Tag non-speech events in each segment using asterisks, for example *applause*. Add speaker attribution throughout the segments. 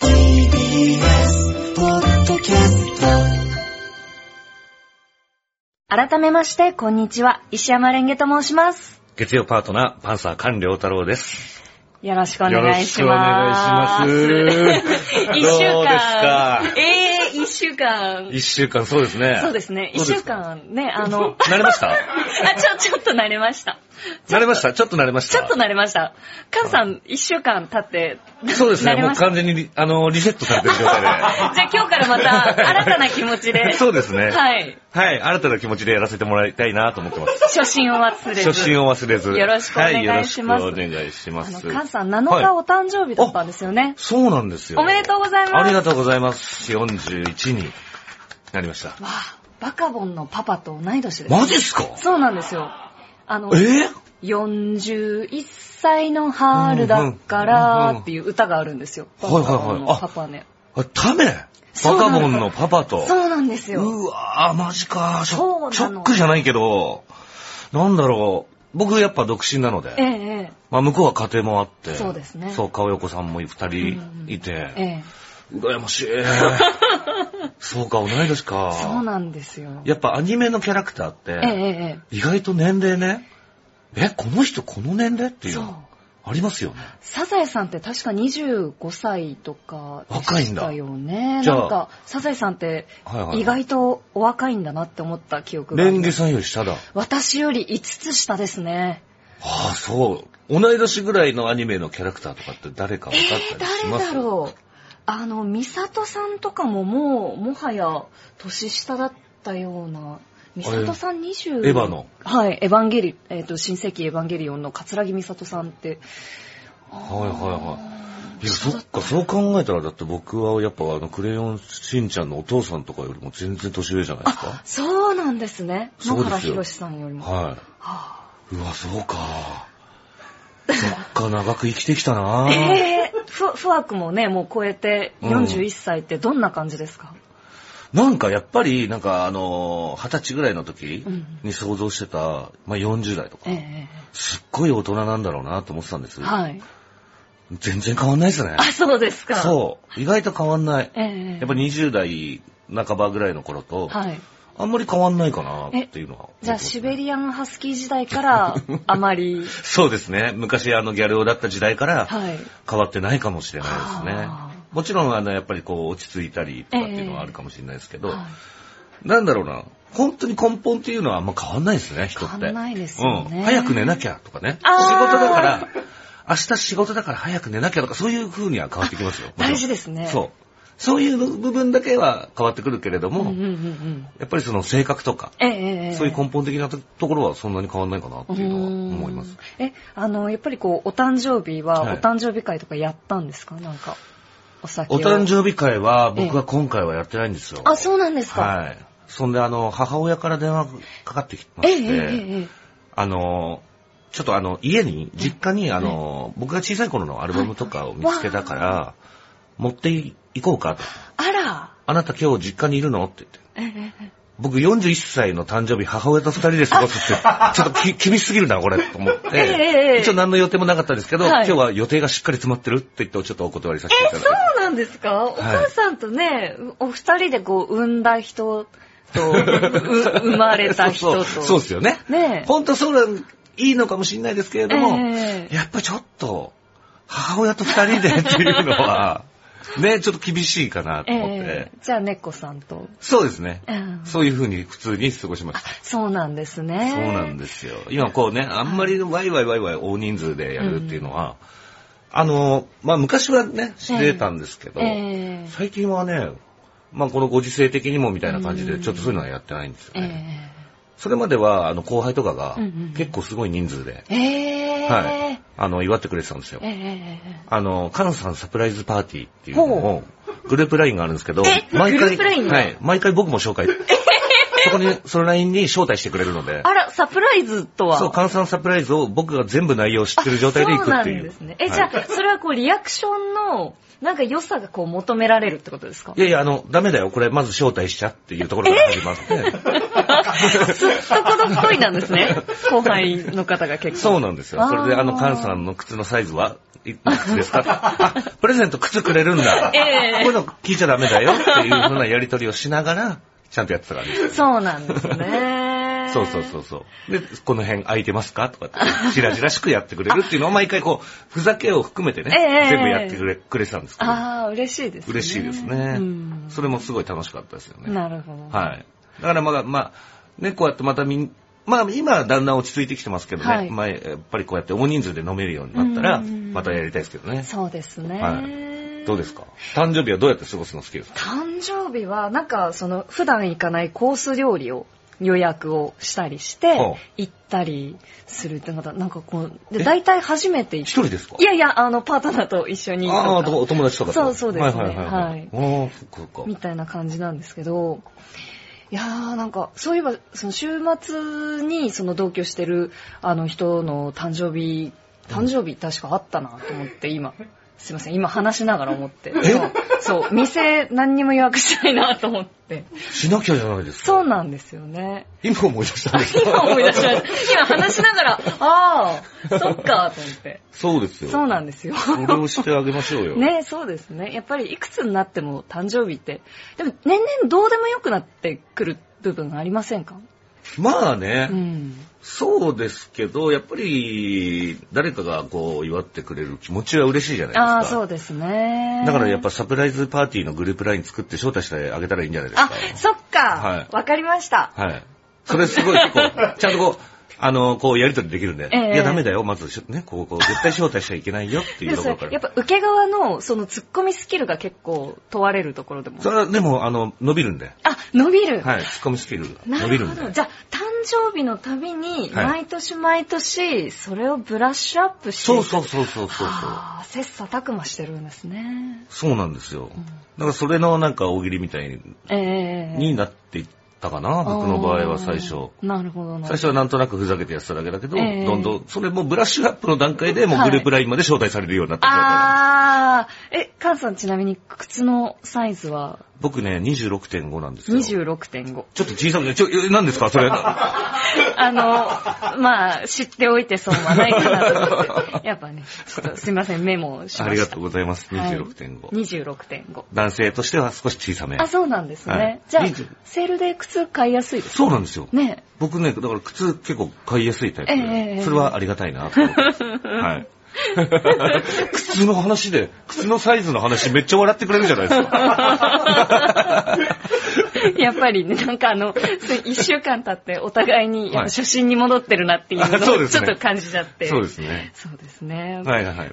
Speaker 1: TBS ポッドキャスト
Speaker 2: 改めまして、こんにちは。石山レンゲと申します。
Speaker 3: 月曜パートナー、パンサー菅良太郎です。
Speaker 2: よろしくお願いします。。
Speaker 3: よろしくお願いします
Speaker 2: 一週
Speaker 3: どうですか
Speaker 2: 間。ええー、一週間。
Speaker 3: *laughs* 一週間、そうですね。
Speaker 2: そうですね。
Speaker 3: ど
Speaker 2: 一
Speaker 3: うで
Speaker 2: 週
Speaker 3: すか。
Speaker 2: 間ね、あの、
Speaker 3: 慣れました
Speaker 2: あ、ちょ、ちょっと慣れました。
Speaker 3: 慣れましたちょっと慣れまし
Speaker 2: ち
Speaker 3: た
Speaker 2: ょっと慣れました。カンさん、一週間経って、
Speaker 3: そうです
Speaker 2: 慣
Speaker 3: ね。
Speaker 2: れ
Speaker 3: も
Speaker 2: ま
Speaker 3: う
Speaker 2: した
Speaker 3: 完全にリ、あの、リセットされてる状態
Speaker 2: じゃあ今日からま
Speaker 3: *laughs*
Speaker 2: た新たな気持ちで。
Speaker 3: で。そうですね。
Speaker 2: はい。
Speaker 3: はい。新たな気持ちでやらせてもらいたいなと思ってます。
Speaker 2: 初心を忘れず。
Speaker 3: 初心
Speaker 2: を。
Speaker 3: を忘れず。
Speaker 2: よろしくお願いします
Speaker 3: はい、よろしくお願いしま
Speaker 2: あの、
Speaker 3: す。
Speaker 2: カンさん7日お
Speaker 3: はい
Speaker 2: 誕生日だったんですよね。
Speaker 3: そうなんですよ。
Speaker 2: おめでとうございます。
Speaker 3: ありがとうございます。41になりました。
Speaker 2: わあ、バカボンのパパと同い年です。
Speaker 3: マジっすか
Speaker 2: そうなんですよ。あの、
Speaker 3: え
Speaker 2: 41歳の春だからっていう歌があるんですよ。
Speaker 3: うんうん
Speaker 2: バカボンの
Speaker 3: はいはいはいあ
Speaker 2: パパね。
Speaker 3: あ、タメバ
Speaker 2: そうな
Speaker 3: カ
Speaker 2: の
Speaker 3: ボンのパパと。
Speaker 2: そうなんですよ。
Speaker 3: うわぁ、マジかシ
Speaker 2: そうなの
Speaker 3: ョ。ショックじゃないけど、なんだろう。僕やっぱ独身なの
Speaker 2: ええ
Speaker 3: で、まあ向こうは家庭もあって、
Speaker 2: そうですね
Speaker 3: そう、かおよこさんも
Speaker 2: う
Speaker 3: 二
Speaker 2: ん
Speaker 3: 人い
Speaker 2: ええ、え
Speaker 3: て、
Speaker 2: え。
Speaker 3: 羨
Speaker 2: *laughs*
Speaker 3: ましい。そうか、同い年か。
Speaker 2: そうなんですよ。
Speaker 3: やっぱアニメのキャラクターっ
Speaker 2: ええ、
Speaker 3: て、
Speaker 2: え
Speaker 3: 意外と年齢ね、え、この人この年齢って
Speaker 2: え。
Speaker 3: いう
Speaker 2: そう。
Speaker 3: のありますよね。
Speaker 2: サザエさんって確か25歳とかで
Speaker 3: 若い
Speaker 2: し
Speaker 3: んだ
Speaker 2: たよね。
Speaker 3: じゃあ
Speaker 2: なんか、サザエさんって
Speaker 3: はいはいはい。
Speaker 2: 意外とお若いんだなって思った記憶があ
Speaker 3: レ
Speaker 2: り
Speaker 3: ン
Speaker 2: ま
Speaker 3: ゲ
Speaker 2: す。
Speaker 3: さんより下だ。
Speaker 2: 私より5つ下ですね。
Speaker 3: ああ、そう。同い年ぐらいのアニメのキャラクターとかって誰か分か
Speaker 2: え
Speaker 3: っ
Speaker 2: ー
Speaker 3: たりしま
Speaker 2: 誰
Speaker 3: す
Speaker 2: だろうあの、ミサトさんとかももう、もはや、年下だったような。ミサトさん20。
Speaker 3: エヴァの。
Speaker 2: はい、エヴァンゲリ、えっ、と、新世紀エヴァンゲリオンの桂木ミサトさんって。
Speaker 3: はいはいはい。いや、そっか、そう考えたら、だって僕はやっぱあの、クレヨンしんちゃんのお父さんとかよりも全然年上じゃないですか。
Speaker 2: そうなんですね。野
Speaker 3: そうですよ
Speaker 2: 原ひろしさんよりも。
Speaker 3: は。
Speaker 2: はい
Speaker 3: うわ、そうか。そっか、長く生きてきたな
Speaker 2: あ、 *laughs* えー、ふ、ふわくもね、もう超えて41歳ってどんな感じですか、
Speaker 3: なんかやっぱり、なんかあの、二十歳ぐらいの時
Speaker 2: うん
Speaker 3: に想像してた、まあ、40代とか、
Speaker 2: え
Speaker 3: すっごい大人なんだろうなと思ってたんです
Speaker 2: え。はい。
Speaker 3: 全然変わんないですね
Speaker 2: あ、。そうですか。う。
Speaker 3: そう。意外と変わんない。
Speaker 2: ええ。
Speaker 3: やっぱ20代半ばぐらいの頃と、
Speaker 2: はい。
Speaker 3: あんまり変わんないかなっていうのは。
Speaker 2: じゃあ、シベリアンハスキー時代から、あまり、
Speaker 3: そうですね。昔あのギャル男だった時代から
Speaker 2: はい。
Speaker 3: 変わってないかもしれないですね
Speaker 2: はあ。
Speaker 3: もちろんあのやっぱりこう落ち着いたりとかっていうのはあるかもしれないですけど、
Speaker 2: はい
Speaker 3: なんだろうな。本当に根本っていうのはあんま変わんないですね、人って。
Speaker 2: 変わんないですよね
Speaker 3: うん。早く寝なきゃとかね。仕
Speaker 2: あー
Speaker 3: 事だから、明日仕事だから早く寝なきゃとか、そういう風には変わって
Speaker 2: *laughs*
Speaker 3: きますよ。
Speaker 2: 大事ですね。
Speaker 3: そう。そういう部分だけは変わってくるけれども、
Speaker 2: うんうんうんうん。
Speaker 3: やっぱりその性格とか、
Speaker 2: ええええ。
Speaker 3: そういう根本的なとところはそんなに変わんないかなっていうのは思います。
Speaker 2: うーん。え、あの、やっぱりこう、お誕生日は、
Speaker 3: はい
Speaker 2: お誕生日会とかやったんですかなんか、お酒を
Speaker 3: お誕生日会は僕は今回はやってないんですよ。
Speaker 2: あ、そうなんですか。
Speaker 3: はい。そんであの、母親から電話かかってきま
Speaker 2: ええ
Speaker 3: して、
Speaker 2: ええええ。
Speaker 3: あの、ちょっとあの、家に、実家にあの、僕が小さい頃のアルバムとかを見つけたから、持っていこうかと。
Speaker 2: あら。
Speaker 3: あなた今日実家にいるのって言って。
Speaker 2: ええええ
Speaker 3: 僕41歳の誕生日母親と二人で過ご
Speaker 2: *laughs*
Speaker 3: すって、ちょっとき厳しすぎるな、これ、と思っ
Speaker 2: ええええ
Speaker 3: て。一応何の予定もなかったんですけど、
Speaker 2: は
Speaker 3: 今
Speaker 2: い
Speaker 3: 日は予定がしっかり詰まってるって言って、ちょっとお断りさせていただ
Speaker 2: え、
Speaker 3: い
Speaker 2: そ
Speaker 3: て。
Speaker 2: うなんですかお母さんとね、お二人でこう、産んだ人と、う生まれた人と。
Speaker 3: *laughs* そうそうそうですよね。
Speaker 2: ねえ。
Speaker 3: 本当そうなん、いいのかもしれないですけれども、
Speaker 2: ええ
Speaker 3: やっぱちょっと、母親と二人でっていう
Speaker 2: *laughs*
Speaker 3: のは、ね、ちょっと厳しいかなと思って。
Speaker 2: ええ。じゃあ、猫さんと。
Speaker 3: そうですね。
Speaker 2: うん
Speaker 3: そういうふうに普通に過ごしました。
Speaker 2: そうなんですね。
Speaker 3: そうなんですよ。今こうね、あんまりワイワイワイワイ大人数でやるっていうのは、あの、まあ昔はね、してたんですけど、
Speaker 2: ええ
Speaker 3: 最近はね、まあこのご時世的にもみたいな感じで、ちょっとそういうのはやってないんですよね。
Speaker 2: え
Speaker 3: それまでは、あの後輩とかが
Speaker 2: うんうん、
Speaker 3: 結構すごい人数で、
Speaker 2: えええ
Speaker 3: はい、あの、祝ってくれてたんですよ
Speaker 2: え。え
Speaker 3: あの、カンさんサプライズパーティーっていうのを、グループラインがあるんですけど、
Speaker 2: え
Speaker 3: 毎
Speaker 2: グル
Speaker 3: 回、
Speaker 2: ープ LINE が
Speaker 3: はい、毎回僕も紹介。そこに、そのラインに招待してくれるので、
Speaker 2: あら、サプライズとは。
Speaker 3: そう、換算サプライズを僕が全部内容を知ってる状態で行くってい
Speaker 2: そうなん
Speaker 3: う。
Speaker 2: ですね。え、じゃ
Speaker 3: はい
Speaker 2: あ、それはこう、リアクションの、なんか良さがこう、求められるってことですか
Speaker 3: いやいや、あの、ダメだよ、これ、まず招待しちゃっていうところから始まって、
Speaker 2: すっとこどっこいなんです
Speaker 3: *laughs*
Speaker 2: ね。後輩の方が結構。
Speaker 3: そうなんですよ。それで、あの、
Speaker 2: あー
Speaker 3: カンさんの靴のサイズはいくつですか
Speaker 2: *laughs*
Speaker 3: あ、プレゼント靴くれるんだ。
Speaker 2: ええ
Speaker 3: こういうの聞いちゃダメだよっていうふうなやりとりをしながら、ちゃんとやってたからね。。
Speaker 2: そうなんですね
Speaker 3: そうそうそうそう。で、この辺空いてますかとかって、じらじらしくやってくれるっていうのを毎回こう、ふざけを含めてね、
Speaker 2: ええ
Speaker 3: 全部やってくれくれてたんですけど、
Speaker 2: ああ、嬉しいですね。
Speaker 3: 嬉しいですね、
Speaker 2: うん
Speaker 3: それもすごい楽しかったですよね。
Speaker 2: なるほど。
Speaker 3: はい。だからまだ、まあ、ね、こうやってまたみん、まあ今はだんだん落ち着いてきてますけどね、
Speaker 2: はい
Speaker 3: 前、やっぱりこうやって大人数で飲めるようになったら、
Speaker 2: うんうんうん
Speaker 3: またやりたいですけどね。
Speaker 2: そうですね。
Speaker 3: はいどうですか誕生日はどうやって過ごすの好きですか
Speaker 2: 誕生日は、なんか、その、普段行かないコース料理を予約をしたりして
Speaker 3: ほう、
Speaker 2: 行ったりするってまた、なんかこう、
Speaker 3: え
Speaker 2: で、大体初めて行
Speaker 3: 一
Speaker 2: く。
Speaker 3: 人ですか
Speaker 2: いやいや、あの、パートナーと一緒にと
Speaker 3: ああ、
Speaker 2: か、
Speaker 3: お友達とかと
Speaker 2: そうそうですね
Speaker 3: はいはいはい、
Speaker 2: はい
Speaker 3: ああ、そっかそっか。
Speaker 2: みたいな感じなんですけど、いやーなんか、そういえば、その週末にその同居してるあの人の誕生日、誕生日確かあったなと思って今、すいません、今話しながら思って。そう、そう店何にも予約してないなと思って。
Speaker 3: しなきゃじゃないですか。
Speaker 2: そうなんですよね。
Speaker 3: 今思い出したんです
Speaker 2: *laughs* 今思い出しました。今話しながら、ああ、そっか、と思って。
Speaker 3: そうですよ。
Speaker 2: そうなん
Speaker 3: で
Speaker 2: ですよ。
Speaker 3: す。それをしてあげましょうよ。。
Speaker 2: *laughs* ね、そうですね。やっぱりいくつになっても誕生日って、でも年々どうでもよくなってくる部分がありませんか
Speaker 3: まあね、
Speaker 2: うん。
Speaker 3: そうですけど、やっぱり、誰かがこう、祝ってくれる気持ちは嬉しいじゃないですか。
Speaker 2: ああ、そうですね。
Speaker 3: だからやっぱサプライズパーティーのグループライン作って招待してあげたらいいんじゃないです
Speaker 2: あ
Speaker 3: か。、
Speaker 2: そっ
Speaker 3: はい
Speaker 2: か。わかりました。
Speaker 3: はい。それすごい結
Speaker 2: *laughs*
Speaker 3: 構、ちゃんとこう、あの、こうやりとりできるんで、
Speaker 2: ええ
Speaker 3: いやダメだよ、まずしょね、こう、こう、絶対招待しちゃいけないよってい
Speaker 2: で
Speaker 3: う
Speaker 2: も
Speaker 3: と
Speaker 2: そ
Speaker 3: こ
Speaker 2: れや
Speaker 3: ろか、
Speaker 2: っ
Speaker 3: ら。
Speaker 2: ぱ受け側の、その突っ込みスキルが結構問われるところでも。
Speaker 3: それはでも、あの、伸びるんで、
Speaker 2: あ、伸びる。
Speaker 3: はい、ツッコミスキルが
Speaker 2: な
Speaker 3: 伸び
Speaker 2: る
Speaker 3: るん
Speaker 2: ほ
Speaker 3: で。
Speaker 2: ど。じゃあ、誕生日のたびに、
Speaker 3: はい
Speaker 2: 毎年毎年、それをブラッシュアップしてい
Speaker 3: そ
Speaker 2: く。
Speaker 3: うそうそうそうそうそう。
Speaker 2: はあ切磋琢磨してるんですね。
Speaker 3: そうなんです
Speaker 2: ん
Speaker 3: よ。だからそれのなんか大喜利みたい
Speaker 2: ええ
Speaker 3: になっていったかな、僕の場合は最初。
Speaker 2: あーなるほどな。
Speaker 3: 最初はなんとなくふざけてやってただけだけど、
Speaker 2: ええ
Speaker 3: どんどん、それもブラッシュアップの段階でもう
Speaker 2: はい
Speaker 3: グループラインまで招待されるようになった状態なんで
Speaker 2: あー、え、カンさんちなみに靴のサイズは
Speaker 3: す。僕ね、26.5なんですよ。
Speaker 2: 26.5。
Speaker 3: ちょっと小さくて、ちょ、え何ですか
Speaker 2: *laughs*
Speaker 3: それ。は
Speaker 2: あの、 *laughs* まあ、知っておいて損はないかなと思って。やっぱね、ちょっとすいません、メモをしました。
Speaker 3: ありがとうございます。
Speaker 2: はい
Speaker 3: 26.5。
Speaker 2: 26.5。
Speaker 3: 男性としては少し小さめ
Speaker 2: あ、。そうなんですね。
Speaker 3: はい
Speaker 2: じゃあ
Speaker 3: 20、
Speaker 2: セールで靴買いやすいです
Speaker 3: そうなんですよ。
Speaker 2: ね。
Speaker 3: 僕ね、だから靴結構買いやすいタイプで、
Speaker 2: ええ
Speaker 3: それはありがたいなと思っ
Speaker 2: *laughs*
Speaker 3: てます。はい。 *laughs* 靴の話で、靴のサイズの話めっちゃ笑ってくれるじゃないで
Speaker 2: *laughs*
Speaker 3: すか。
Speaker 2: *laughs* やっぱりね、なんかあの、1週間経ってお互いに、
Speaker 3: はい
Speaker 2: 初心に戻ってるなっていうの
Speaker 3: あそう
Speaker 2: を
Speaker 3: です
Speaker 2: ちょ
Speaker 3: ね
Speaker 2: っと感じちゃって。
Speaker 3: そうですね。
Speaker 2: そうですね。
Speaker 3: はいはいはい。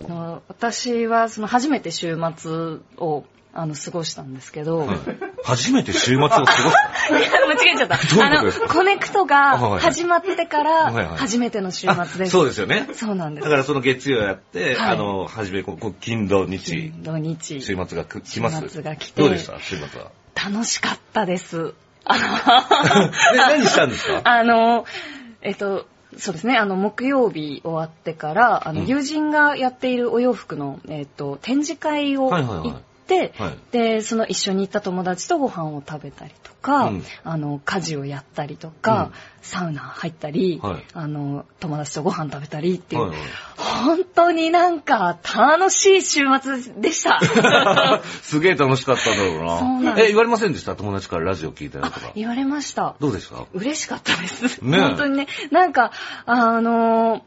Speaker 2: あの私はその初めて週末をあの過ごしたんですけど、
Speaker 3: 初めて週末を過ごした。
Speaker 2: *laughs* 間違えちゃった。
Speaker 3: どういうことですか
Speaker 2: あの、コネクト
Speaker 3: はいはい
Speaker 2: が始まってか
Speaker 3: はいは
Speaker 2: ら
Speaker 3: い
Speaker 2: 初めての週末です。
Speaker 3: そうですよね。
Speaker 2: そうなんで
Speaker 3: だ
Speaker 2: す。
Speaker 3: からその月曜やって、
Speaker 2: はい
Speaker 3: あの、初めこう、こう金土日、
Speaker 2: 土日。
Speaker 3: 週末がく来ます。
Speaker 2: 週末が来て
Speaker 3: どうでした週末 *laughs* は。
Speaker 2: 楽しかったです。
Speaker 3: *laughs* で何したんですか
Speaker 2: *laughs* あの、えっと、そうですね、あの、木曜日終わってから、あの、
Speaker 3: うん
Speaker 2: 友人がやっているお洋服の、えっと、展示会を
Speaker 3: はいはいはい
Speaker 2: 行って、
Speaker 3: はい
Speaker 2: で、その一緒に行った友達とご飯を食べたりとか、
Speaker 3: うん
Speaker 2: あの、家事をやったりとか、
Speaker 3: うん
Speaker 2: サウナ入ったり、
Speaker 3: はい
Speaker 2: あの、友達とご飯食べたりっていう、
Speaker 3: はいはい
Speaker 2: 本当になんか楽しい週末で
Speaker 3: *laughs*
Speaker 2: した。
Speaker 3: すげえ楽しかったんだろうな。
Speaker 2: そうなんです
Speaker 3: え、言われませんでした友達からラジオ聞いたよとか。
Speaker 2: 言われました。
Speaker 3: どうでした
Speaker 2: 嬉しかったです。
Speaker 3: ねえ
Speaker 2: 本当にね。なんか、あのー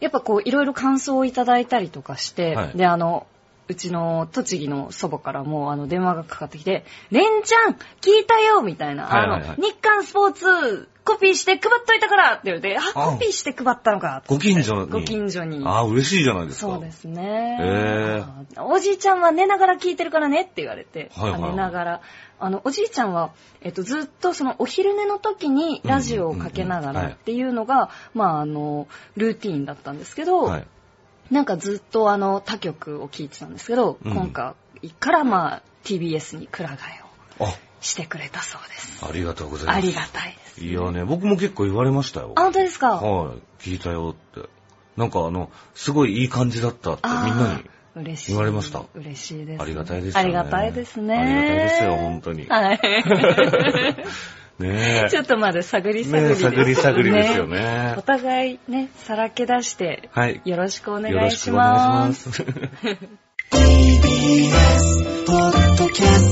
Speaker 2: やっぱこう、いろいろ感想をいただいたりとかして、
Speaker 3: はい
Speaker 2: で、あの、うちの栃木の祖母からもうあの電話がかかってきて、レンちゃん聞いたよみたいな、
Speaker 3: はいはいはい
Speaker 2: あの、日刊スポーツコピーして配っといたからって言うて、あ、
Speaker 3: あ
Speaker 2: コピーして配ったのか。
Speaker 3: ご近所に。
Speaker 2: ご近所に。
Speaker 3: ああ、嬉しいじゃないですか。
Speaker 2: そうですね、
Speaker 3: へ
Speaker 2: おじいちゃんは寝ながら聞いてるからねって言われて、
Speaker 3: はいはいはい
Speaker 2: あ寝ながら。あの、おじいちゃんは、えっと、ずっとそのお昼寝の時にラジオをかけなが
Speaker 3: うんうんうん
Speaker 2: ら
Speaker 3: はい
Speaker 2: っていうのが、まあ、あの、ルーティーンだったんですけど、
Speaker 3: はい。
Speaker 2: なんかずっとあの、他局を聞いてたんですけど、
Speaker 3: うん
Speaker 2: 今回からまあ、TBS にくら替えを
Speaker 3: あ、
Speaker 2: してくれたそうです。
Speaker 3: ありがとうございます。
Speaker 2: ありがたいです。
Speaker 3: いやね、僕も結構言われましたよ。
Speaker 2: あ、本当ですか、
Speaker 3: はい。聞いたよって。なんかあの、すごいいい感じだったってみん
Speaker 2: あー
Speaker 3: なに。
Speaker 2: 嬉しい。
Speaker 3: 言われました
Speaker 2: 嬉しいです、
Speaker 3: ありがたいですよ
Speaker 2: あ
Speaker 3: ね
Speaker 2: りがたいですね。
Speaker 3: ありがたいですよ本当に
Speaker 2: はい。
Speaker 3: ねえ。
Speaker 2: *laughs* ちょっとまだ探り探り
Speaker 3: ね
Speaker 2: で
Speaker 3: え、
Speaker 2: すよね。
Speaker 3: 探り探りですよね。
Speaker 2: お互いね、さらけ出して、
Speaker 3: はい。
Speaker 2: よろしくお
Speaker 3: よろ
Speaker 2: 願い
Speaker 3: しく
Speaker 2: し
Speaker 3: お願いし
Speaker 2: ま。
Speaker 3: ますす。
Speaker 1: TBS ポッドキャスト